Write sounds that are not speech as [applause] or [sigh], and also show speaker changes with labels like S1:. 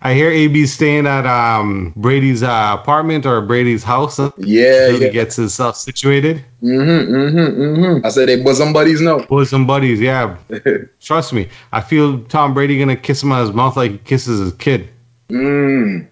S1: I hear AB's staying at um, Brady's uh, apartment or Brady's house until
S2: Yeah,
S1: he
S2: yeah.
S1: gets himself situated.
S2: Mm-hmm, mm-hmm, mm-hmm. I said they bosom buddies now.
S1: Bosom buddies,
S2: [laughs]
S1: yeah. Trust me, I feel Tom Brady gonna kiss him on his mouth like he kisses his kid.
S2: Mm.